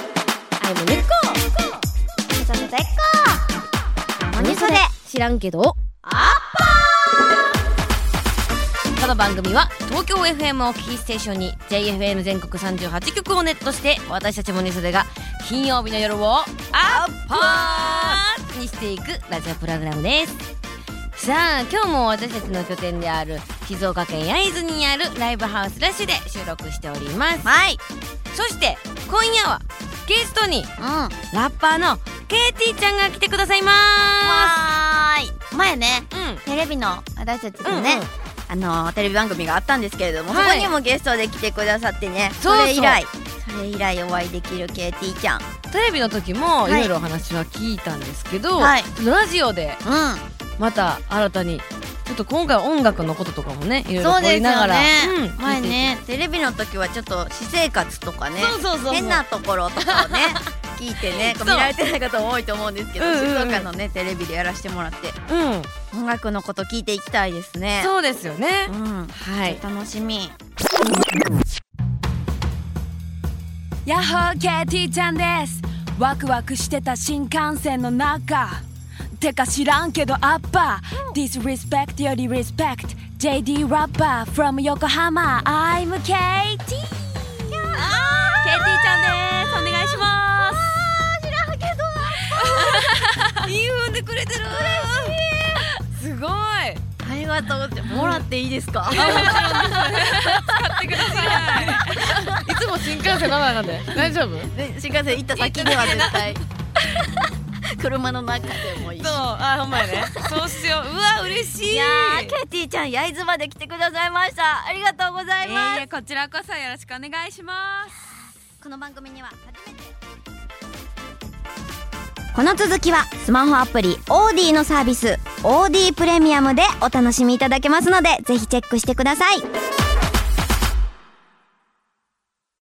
生の根っこめちゃめちゃっ何それ知らんけどアッパーこの番組は東京 FM をキーステーションに JFN 全国38局をネットして私たちモニソデが金曜日の夜をアッパーにしていくラジオプログラムですさあ今日も私たちの拠点である静岡県焼津にあるライブハウスラッシュで収録しておりますはいそして今夜はゲストにうんわラッパーのケイティちゃんが来てくださいまーい前ねすうんテレビの私たちのね、うんうんあのテレビ番組があったんですけれども、はいそこにもゲストで来てくださってねそうそうれ以来それ以来お会いできる KT ちゃんテレビの時もはいいろいろお話は聞いたんですけど、はいちょっとラジオでうまた新たにちょっと今回は音楽のこととかもねいろいろそう掘でりすよながらね、うん前ねテレビの時はちょっと私生活とかねそうそうそうそう変なところとかをね 聞いてねこうそう見られてない方も多いと思うんですけどうんうんうん静岡のねテレビでやらせてもらってうん音楽のこと聞いていきたいですねそうですよね、うんはい楽しみヤッホーケイティちゃんですワクワクしてた新幹線の中てか知らんけどアッパー Disrespect より RespectJD ラッパー from 横浜 I'm KT ケイティちゃんですお願いしますいい踏んでくれてるすごいありがとうってもらっていいです かいつも新幹線の中なんで大丈夫ね新幹線行った先では絶対 車の中でもいいしあほんまやねそうしよううわ嬉しいいやーケイティちゃん焼津まで来てくださいましたありがとうございます、こちらこそよろしくお願いしますこの番組には初めてこの続きはスマホアプリオーディのサービスオーディプレミアムでお楽しみいただけますのでぜひチェックしてください